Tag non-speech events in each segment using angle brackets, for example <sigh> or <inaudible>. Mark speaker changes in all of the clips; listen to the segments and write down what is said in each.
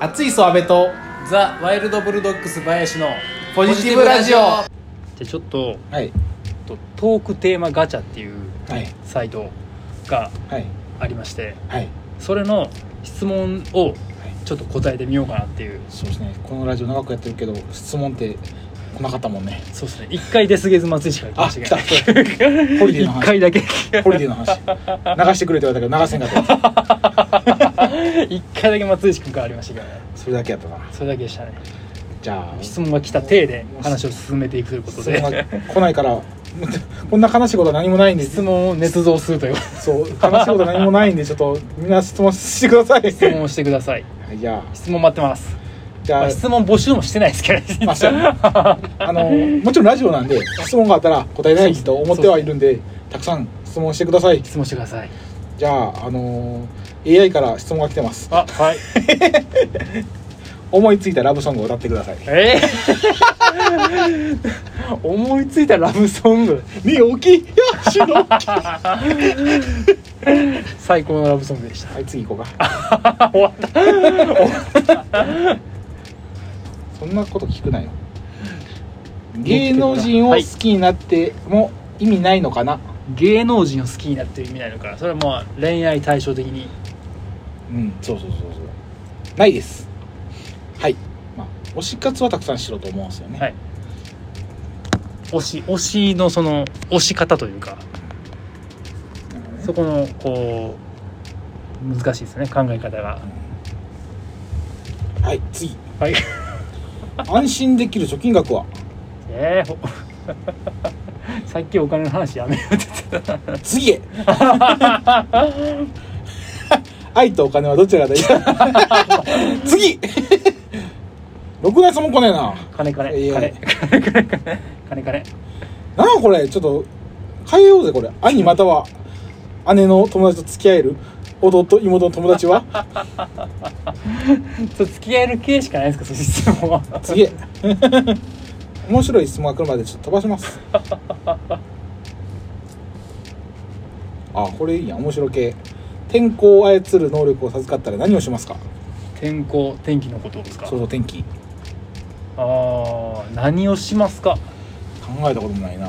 Speaker 1: 熱いそ阿部と
Speaker 2: ザ・ワイルド・ブルドッグス林の
Speaker 1: ポジティブラジオ
Speaker 2: は
Speaker 3: じゃあちょっと
Speaker 1: はい
Speaker 3: とトークテーマガチャっていう
Speaker 1: はい
Speaker 3: サイトが
Speaker 1: はい
Speaker 3: ありまして
Speaker 1: はい
Speaker 3: それの質問をちょっと答えてみようかなっていう
Speaker 1: そうですねこのラジオ長くやってるけど質問って来なかったもんね
Speaker 3: そうですね1回デスゲズ松井しか来
Speaker 1: あ
Speaker 3: まし
Speaker 1: 来
Speaker 3: た
Speaker 1: た
Speaker 3: け
Speaker 1: ホリデー
Speaker 3: ど
Speaker 1: の
Speaker 3: 1
Speaker 1: 話
Speaker 3: 回だ
Speaker 1: <laughs>
Speaker 3: け
Speaker 1: ホリデーの話流してくれって言われたけど流せんかった
Speaker 3: <laughs> 一回だけ松井君からありましたけどね
Speaker 1: それだけやったな
Speaker 3: それだけでしたね
Speaker 1: じゃあ
Speaker 3: 質問が来た体で話を進めていくということ
Speaker 1: 質問
Speaker 3: で
Speaker 1: が来ないからこんな悲しいことは何もないん
Speaker 3: <laughs>
Speaker 1: で
Speaker 3: 質問を捏造するという
Speaker 1: そう悲しいことは何もないんでちょっとみんな質問してください
Speaker 3: 質問をしてください
Speaker 1: はいじゃあ
Speaker 3: 質問待ってます
Speaker 1: じ
Speaker 3: ま
Speaker 1: ゃ
Speaker 3: あ
Speaker 1: あ
Speaker 3: 質問募集もしてないですけどね
Speaker 1: まあそうやあのもちろんラジオなんで質問があったら答えないと思ってはいるんでたくさん質問してください
Speaker 3: <laughs> 質問してください
Speaker 1: じゃあ、あのー AI から質問が来てます
Speaker 3: あはい
Speaker 1: 思いついたラブソングを歌ってください
Speaker 3: えー <laughs> 思いついたラブソング
Speaker 1: ねおきいやしろは
Speaker 3: 最高のラブソングでした
Speaker 1: い次行こうか
Speaker 3: あ <laughs> 終わった
Speaker 1: そんなこと聞くなよ芸能人を好きになっても意味ないのかな、
Speaker 3: 芸能人を好きになってる意味なのかそれはまあ恋愛対象的に
Speaker 1: うんそうそうそうそうないですはいまあ推し活はたくさんしろと思うんですよね、
Speaker 3: はい推し推しのその推し方というかそこのこう難しいですね考え方が
Speaker 1: はい次
Speaker 3: はい
Speaker 1: 安心できる貯金額は
Speaker 3: えー、ほ <laughs> さっきお金の話やめようって言ってた <laughs>
Speaker 1: 次へ愛とお金はどちらが大事だ <laughs> 次6月も来ねえな
Speaker 3: 金金
Speaker 1: いや
Speaker 3: 金金金金金金
Speaker 1: なんかこれちょっと変えようぜこれ兄または姉の友達と付き合える弟妹の友達は
Speaker 3: そう付き合える系しかないですかその質問は
Speaker 1: 次へ面白い質問が来るまでちょっと飛ばしますあこれいいやん面白系天候を操る能力を授かったら何をしますか
Speaker 3: 天候天気のことですか
Speaker 1: そうそう天気
Speaker 3: ああ何をしますか
Speaker 1: 考えたこともないな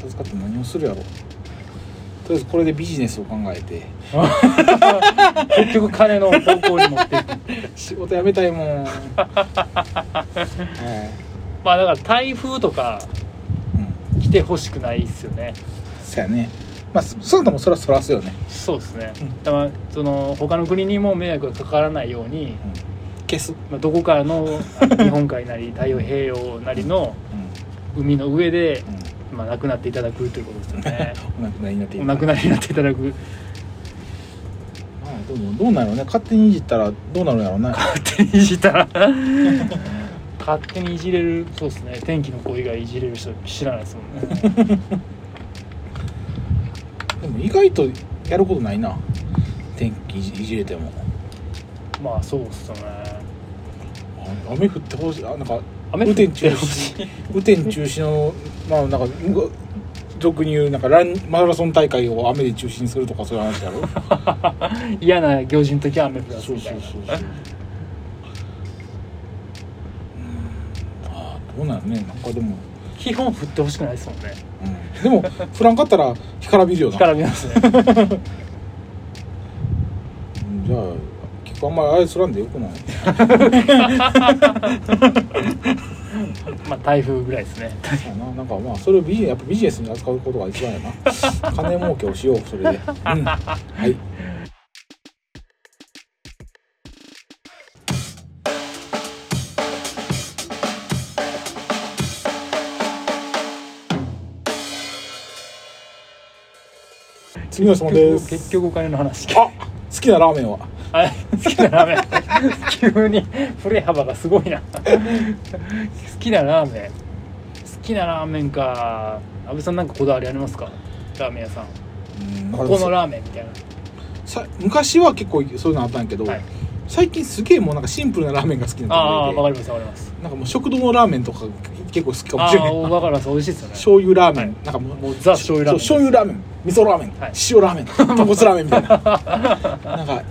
Speaker 1: 授かって何をするやろとりあえずこれでビジネスを考えて
Speaker 3: 結局金の方向に持っていく <laughs>
Speaker 1: 仕事辞めたいもん、は
Speaker 3: まあだから台風とか
Speaker 1: いうん、
Speaker 3: 来てほしくないですよね
Speaker 1: そうやねまあそそうでもそれはそらすよね
Speaker 3: そうですね、
Speaker 1: うん
Speaker 3: だからその他の国にも迷惑がかからないように、
Speaker 1: 消す、
Speaker 3: まあ、どこかのあの日本海なり太平洋なりの
Speaker 1: う
Speaker 3: 海の上で、
Speaker 1: ん
Speaker 3: まあ、亡くなっていただくということですよね
Speaker 1: うん、お亡くなりになってい
Speaker 3: お亡くなりになっていただく
Speaker 1: まあどうどうなるね勝手にいじったらどうなるんやろうね
Speaker 3: 勝手にいじったら勝手にいじれるそうですね天気の子以外いじれる人知らないですもん
Speaker 1: <laughs>
Speaker 3: ね
Speaker 1: でも意外とやることないな天気いじいじれても
Speaker 3: まあそうっすよね
Speaker 1: あ雨降ってほしいあなんか
Speaker 3: 雨降
Speaker 1: 雨
Speaker 3: って
Speaker 1: 天
Speaker 3: ほ
Speaker 1: 中
Speaker 3: しい
Speaker 1: 止
Speaker 3: <laughs>
Speaker 1: 雨天中止のまあなんかむ俗に言うなんかランマラソン大会を雨で中止にするとかそういう話
Speaker 3: <laughs>
Speaker 1: やろ
Speaker 3: 嫌な行事の時は雨降らす
Speaker 1: そうそう
Speaker 3: みた
Speaker 1: そ
Speaker 3: いうな
Speaker 1: そううんああどうなるねなんかでも
Speaker 3: 基本振ってほしくないですもんね
Speaker 1: でも振らんかったら干からびるよな
Speaker 3: 力見ますね
Speaker 1: うんじゃあ結構あんまりあれすらんでよくない
Speaker 3: まあ台風ぐらいですね
Speaker 1: そうやななんかまあそれをビジネスやっぱビジネスに扱うことが一番やな金儲けをしようそれで、うん、はい次の質問です
Speaker 3: 結局お金の話
Speaker 1: あ好きなラーメンは
Speaker 3: あ好きなラーメン急に振れ幅がすごいな好きなラーメン好きなラーメンか阿部さんなんかこだわりありますかラーメン屋さんここのラーメンみたいな
Speaker 1: さ昔は結構そういうのあったんやけど、
Speaker 3: はい
Speaker 1: 最近すげえもうなんかシンプルなラーメンが好きにな
Speaker 3: ああ
Speaker 1: って
Speaker 3: わか
Speaker 1: くれ
Speaker 3: りますわかります
Speaker 1: てなんかもう食堂のラーメンとか結構好きかも
Speaker 3: あ
Speaker 1: しれな
Speaker 3: あ
Speaker 1: い
Speaker 3: ーわかります美味しいですよね
Speaker 1: 醤油ラーメン、なんかもう
Speaker 3: もうザ醤油ラーメン
Speaker 1: そう醤油ラーメン味噌ラーメン、
Speaker 3: はい <laughs>
Speaker 1: 塩ラーメン豚骨ラーメンみたいななんか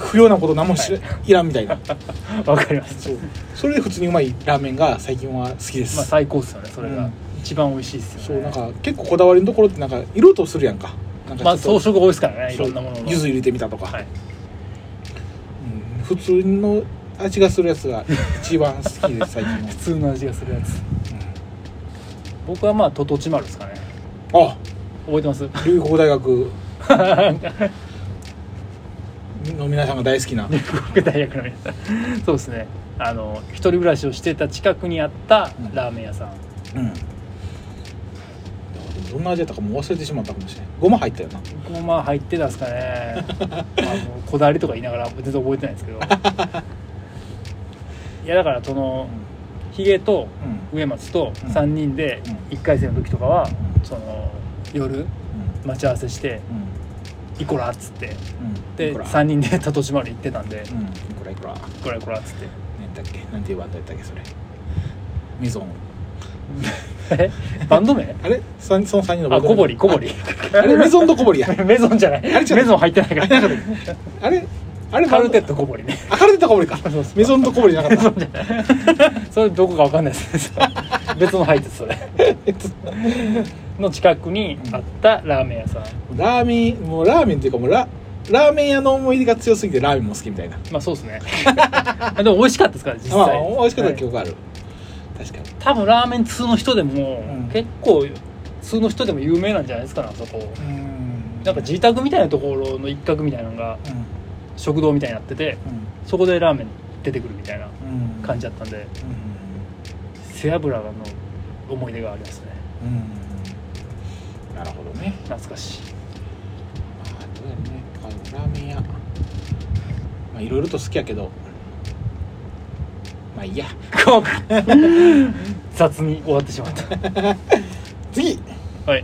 Speaker 1: 不要なこと何もしら、い、らんみたいな
Speaker 3: わかります
Speaker 1: そうそれで普通にうまいラーメンが最近は好きです、
Speaker 3: まあ最高っすよねそれ
Speaker 1: う
Speaker 3: が
Speaker 1: ん
Speaker 3: 一番美味しいっすよね
Speaker 1: そうなんか結構こだわりのところってなんか色とするやんかなんか
Speaker 3: まあ
Speaker 1: ち
Speaker 3: 装
Speaker 1: ょっと
Speaker 3: 飾多いですからねい
Speaker 1: そう
Speaker 3: ろんなものの
Speaker 1: 柚子入れてみたとか、
Speaker 3: はい
Speaker 1: うん普通の味がするやつが一番好きです最近
Speaker 3: 普通の味がするやつ僕はまあトトチマルですかね
Speaker 1: は
Speaker 3: 覚えてます
Speaker 1: あ龍谷大学の皆さんが大好きな
Speaker 3: 僕大学の皆さんそうですねあの一人暮らしをしてた近くにあったラーメン屋さん、
Speaker 1: うんどんな味やったかもう忘れてしまったかもしれないごま入ったよな
Speaker 3: 僕もまあ入ってたんですか
Speaker 1: <laughs>
Speaker 3: ねまあもうこだわりとか言いながら全然覚えてないですけどいやだからそのヒゲと
Speaker 1: うんうん
Speaker 3: 植松と
Speaker 1: うん
Speaker 3: 3人で
Speaker 1: う
Speaker 3: 1回戦の時とかは
Speaker 1: うん
Speaker 3: その夜待ち合わせして「イコラ」っつって
Speaker 1: うんうん
Speaker 3: で
Speaker 1: いくら
Speaker 3: 3人で <laughs> 田島まで行ってたんで
Speaker 1: うんいくらいくら
Speaker 3: 「イコライコラ」っつって
Speaker 1: 何だっけなんていうバンドやったっけそれミゾン
Speaker 3: えバンド名
Speaker 1: あれさんその3人のバ
Speaker 3: あ
Speaker 1: ンド
Speaker 3: 小堀小堀
Speaker 1: あれミゾンと小
Speaker 3: <laughs>
Speaker 1: 堀や
Speaker 3: メゾンじゃない
Speaker 1: れ違う
Speaker 3: メゾン入ってないから <laughs>
Speaker 1: あれあれ
Speaker 3: カルテッ
Speaker 1: ト
Speaker 3: ト小堀ね
Speaker 1: あカルテット小堀か
Speaker 3: そうそう
Speaker 1: ミゾンと小堀じゃなかった
Speaker 3: <laughs> それどこかわかんない <laughs> です別の入ってたそれの近くにあったラーメン屋さん
Speaker 1: ラーメンもうラーメンっていうかもうララーメン屋の思い出が強すぎてラーメンも好きみたいな
Speaker 3: まあそうです <laughs> ねでも美味しかったですから実際、
Speaker 1: まあ美味しかった
Speaker 3: はい
Speaker 1: 記憶がある、確かに
Speaker 3: 多分ラーメン通の人でも、
Speaker 1: うん
Speaker 3: 結構通の人でも有名なんじゃないですかねあそこ
Speaker 1: うん
Speaker 3: なんか自宅みたいなところの一角みたいなのが食堂みたいになっててそこでラーメン出てくるみたいな
Speaker 1: うんうん
Speaker 3: 感じだったんで背脂の思い出がありますね
Speaker 1: うん、うん、なるほどね
Speaker 3: 懐かしい
Speaker 1: まあどうやろねラーメン屋まあいろいろと好きやけどまあいいや
Speaker 3: こう雑に終わってしまった
Speaker 1: 次
Speaker 3: はい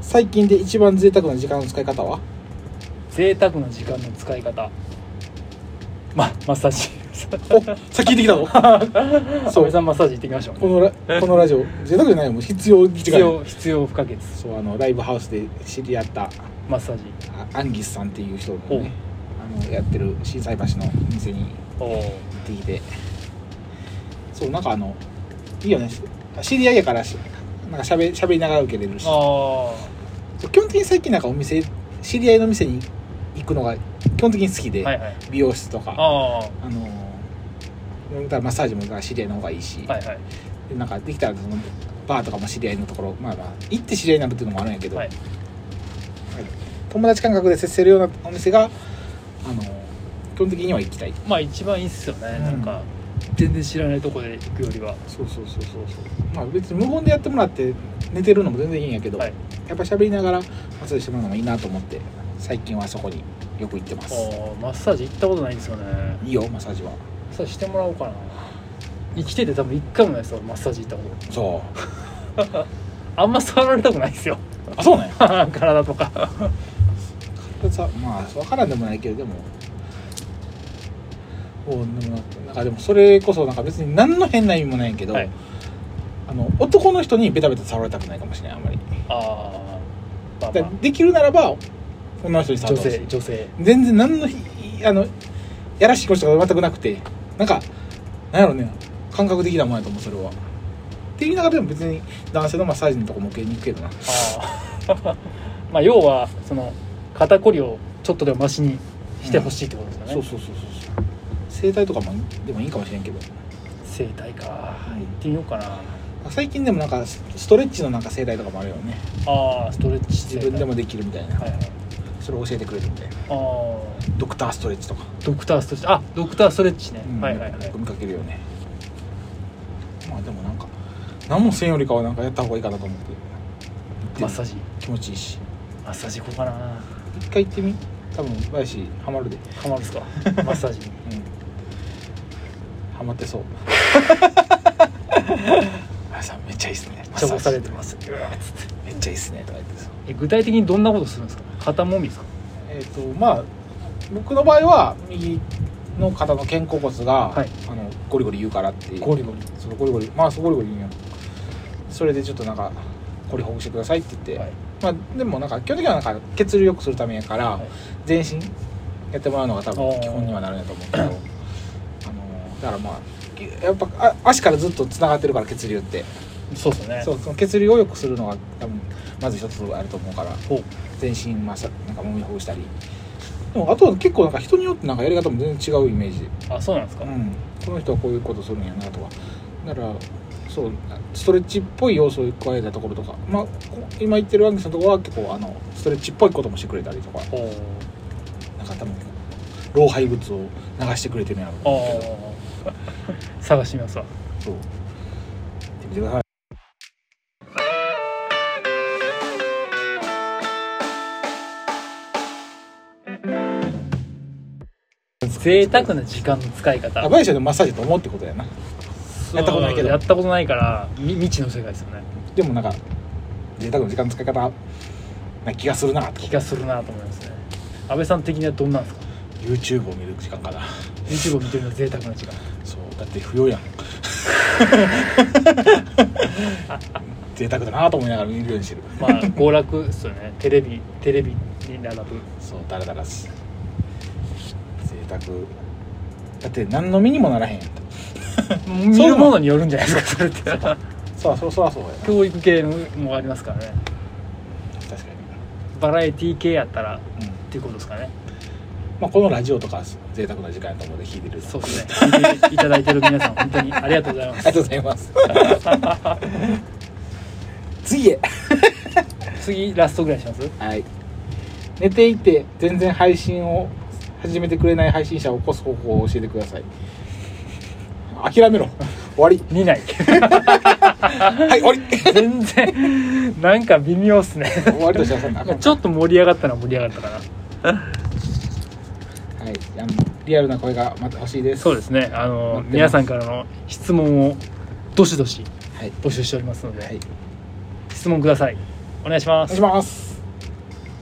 Speaker 1: 最近で一番贅沢な時間の使い方は
Speaker 3: 贅沢な時間の使い方まマッサージ
Speaker 1: <laughs> お先聞いてきたぞ <laughs>
Speaker 3: 安倍さんマッサージ行ってきましょう
Speaker 1: このラこのラジオ贅沢じゃないよもう必要時
Speaker 3: 必
Speaker 1: 間
Speaker 3: 要必要不可欠
Speaker 1: そうあのライブハウスで知り合った
Speaker 3: マッサージ
Speaker 1: あアンギスさんっていう人の
Speaker 3: おう
Speaker 1: ねあのやってる心斎橋の店に
Speaker 3: おお
Speaker 1: 行ってきてそうなんかあのいいよね知り合いやからしなんかしゃべしゃべりながら受けれるし
Speaker 3: あ
Speaker 1: 基本的に最近なんかお店知り合いの店に行くのが基本的に好きで、
Speaker 3: あはいはい
Speaker 1: 美容室とかあ
Speaker 3: あ
Speaker 1: のだからマッサージもだから知り合いの方がいいし、
Speaker 3: あはいはい
Speaker 1: でなんかできたらそのバーとかも知り合いのところまあまあ行って知り合いになるっていうのもあるんやけど、
Speaker 3: はい
Speaker 1: 友達感覚で接せるようなお店があの基本的には行きたい
Speaker 3: まあ一番いいっすよね、
Speaker 1: うん
Speaker 3: なんか全然知らないとこで行くよりは
Speaker 1: そうそうそうそうそうまあ別に無言でやってもらって寝てるのも全然いいんやけど、
Speaker 3: はい
Speaker 1: やっぱ喋りながらマッサージしてもらうのもいいなと思って最近はそこによく行ってます
Speaker 3: おマッサージ行ったことないんですよね
Speaker 1: いいよマッサージは
Speaker 3: さあしてもらおうかな生きてて多分一回もないですよマッサージ行ったこと
Speaker 1: そう
Speaker 3: あんま触られたくないですよ
Speaker 1: あそうなんや
Speaker 3: <laughs> 体とか
Speaker 1: <laughs> さまあ分からんでもないけどでもおでもなんかでもそれこそなんか別に何の変な意味もないけど、
Speaker 3: はい
Speaker 1: あの男の人にベタベタ触られたくないかもしれないあんまり
Speaker 3: ああまあ
Speaker 1: だ
Speaker 3: ま
Speaker 1: からできるならば女の人に
Speaker 3: あ
Speaker 1: 触
Speaker 3: 女
Speaker 1: ってほし
Speaker 3: 性
Speaker 1: い
Speaker 3: 女性
Speaker 1: 全然何のひあのやらしいこととか全くなくてなんかなんやろうね感覚的なもんやと思うそれはって言いながらでも別に男性のマッサージのとこも受けに行くけどな
Speaker 3: ああ <laughs> まあ要はその肩こりをちょっとでもマシにしてほしいってことですよね、
Speaker 1: そうそうそうそうそう整体とかもでもいいかもしれんけど
Speaker 3: 整体か
Speaker 1: い
Speaker 3: 行ってみようかな
Speaker 1: 最近でもなんかスストレッチのなんか整体とかもあるよね
Speaker 3: ああストレッチ整
Speaker 1: 自
Speaker 3: 体
Speaker 1: 分でもできるみたいな、
Speaker 3: はいはい
Speaker 1: それを教えてくれるみたいな
Speaker 3: ああ
Speaker 1: ドクターストレッチとか、
Speaker 3: ドクターストレッチあドクターストレッチね、
Speaker 1: うん
Speaker 3: はいはいはい
Speaker 1: よく見かけるよねまあでもなんか何もせんよりかはなんかやった方がいいかなと思って
Speaker 3: マッサージ
Speaker 1: 気持ちいいし
Speaker 3: マッサージ行こうか
Speaker 1: <laughs>
Speaker 3: な
Speaker 1: 一回行ってみ多分林ハマるで
Speaker 3: ハマるっすかマッサー
Speaker 1: <laughs>
Speaker 3: ジに
Speaker 1: うんハマっ
Speaker 3: <laughs>
Speaker 1: てそう林さんめっちゃいいっすねマッ
Speaker 3: ち
Speaker 1: サ
Speaker 3: ゃ
Speaker 1: ージ
Speaker 3: 押されてますうわ
Speaker 1: めっちゃいいっすねとか言ってそう
Speaker 3: え具体的にどんなことするんですか肩もみですか
Speaker 1: えっ、とまあ僕の場合は右の肩の肩甲骨が、
Speaker 3: はい
Speaker 1: あのゴリゴリ言うからっていう
Speaker 3: ゴリゴリ
Speaker 1: そのゴリゴリまあそうゴリゴリ言うんやそれでちょっとなんかこれほぐしてくださいって言って、
Speaker 3: はい
Speaker 1: まあでもなんか基本的にはなんか血流良くするためやから、
Speaker 3: はい
Speaker 1: 全身やってもらうのが多
Speaker 3: おー
Speaker 1: 分基本にはなるんやと思うけどあのだからまあきやっぱあ足からずっとつながってるから血流って
Speaker 3: そうですね
Speaker 1: そうその血流を良くするのが多分まず一つあると思うから
Speaker 3: ほう
Speaker 1: 全身まあさなんか揉みほぐしたりでもあとは結構なんか人によってなんかやり方も全然違うイメージ
Speaker 3: あそうなんですか、
Speaker 1: うん、この人はこういうことするんやなとかだからそうストレッチっぽい要素を加えたところとか、まあ、こ今言ってるワンキさんのところは結構あのストレッチっぽいこともしてくれたりとか
Speaker 3: ほう
Speaker 1: なんか多分老廃物を流してくれてるんやろう
Speaker 3: あ
Speaker 1: と思うけど
Speaker 3: あ <laughs> 探してみ <laughs> ますわ
Speaker 1: そう行ってみてください
Speaker 3: 贅沢な時間の使い方
Speaker 1: あバイシャでマッサージと思うってことやなやったことないけど
Speaker 3: やったことないからみ未知の世界ですよね
Speaker 1: でもなんか贅沢な時間の使い方な気がするなって
Speaker 3: 気がするなと思いますね安倍さん的にはどんなんですか
Speaker 1: YouTube を見る時間かな
Speaker 3: YouTube を見てるのは贅沢な <laughs> 時間
Speaker 1: そうだって不要やん贅沢だなと思いながら見るようにしてる
Speaker 3: まあ娯楽ですよねテレビテレビに <laughs> 並ぶ
Speaker 1: そうだらだらし贅沢だって何の身にもならへんやん
Speaker 3: 見るものによるんじゃないですかそれって
Speaker 1: そうそうそうそうやな
Speaker 3: 教育系のもありますからね
Speaker 1: 確か
Speaker 3: バラエティ系やったらっ
Speaker 1: に、うん
Speaker 3: ていうことですかね
Speaker 1: まあ、このラジオとかは贅沢な時間やと思うので聞いてる
Speaker 3: そうですね聞いていただいてる皆さん本当にありがとうございま
Speaker 1: あり
Speaker 3: す
Speaker 1: がとうございます <laughs> 次へ
Speaker 3: 次ラストぐらいにします
Speaker 1: はい寝ていて全然配信を始めてくれない配信者を起こす方法を教えてください諦めろ終わり
Speaker 3: 見ない
Speaker 1: はい終 <laughs> わり
Speaker 3: 全然なんか微妙っすね
Speaker 1: 終わりとしてはそんなあ <laughs> かん
Speaker 3: ちょっと盛り上がったのは盛り上がったかな
Speaker 1: はいあのリアルな声がまた欲しいです
Speaker 3: そうですねあの
Speaker 1: 待ってます
Speaker 3: 皆さんからの質問をどしどし
Speaker 1: はい
Speaker 3: 募集しておりますので、
Speaker 1: はい
Speaker 3: 質問くださいお願いし
Speaker 1: お
Speaker 3: ま
Speaker 1: 願い
Speaker 3: す
Speaker 1: します